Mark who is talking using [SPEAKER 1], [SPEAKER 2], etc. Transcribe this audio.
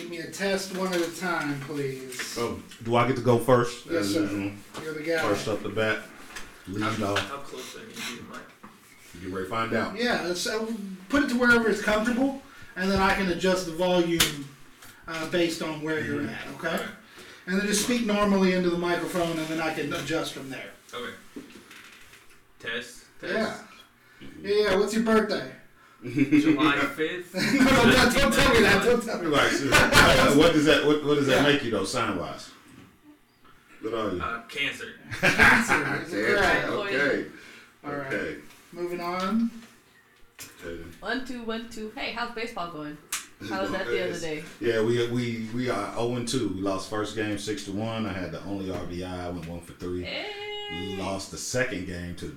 [SPEAKER 1] contest one at a time, please.
[SPEAKER 2] Oh, do I get to go first?
[SPEAKER 1] Yes,
[SPEAKER 2] As
[SPEAKER 1] sir.
[SPEAKER 2] usual?
[SPEAKER 1] You're the guy.
[SPEAKER 2] First up the bat, lead off.
[SPEAKER 3] How close are you to your mic?
[SPEAKER 2] You ready to find out?
[SPEAKER 1] Yeah, let's uh, put it to wherever it's comfortable, and then I can adjust the volume uh, based on where you're at, okay? And then just speak normally into the microphone, and then I can adjust from there.
[SPEAKER 3] Okay. Test.
[SPEAKER 1] Yeah.
[SPEAKER 3] Test.
[SPEAKER 1] Yeah, yeah, what's your birthday?
[SPEAKER 3] July 5th.
[SPEAKER 1] no, no, don't, don't tell me that. Don't tell me that.
[SPEAKER 2] Like, uh, what does that? What, what does that make you though, sign wise? What are you?
[SPEAKER 3] Uh, cancer.
[SPEAKER 1] Cancer. is it
[SPEAKER 4] Yeah.
[SPEAKER 1] correct?
[SPEAKER 2] Okay.
[SPEAKER 1] All right.
[SPEAKER 2] Okay.
[SPEAKER 1] Moving on.
[SPEAKER 2] Okay.
[SPEAKER 4] One, two, one, two. Hey, how's baseball going? How was that the other day?
[SPEAKER 2] Yeah, we we we are 0 and 2. We lost first game 6 to 1. I had the only RBI, I went 1 for 3.
[SPEAKER 4] Hey.
[SPEAKER 2] Lost the second game to the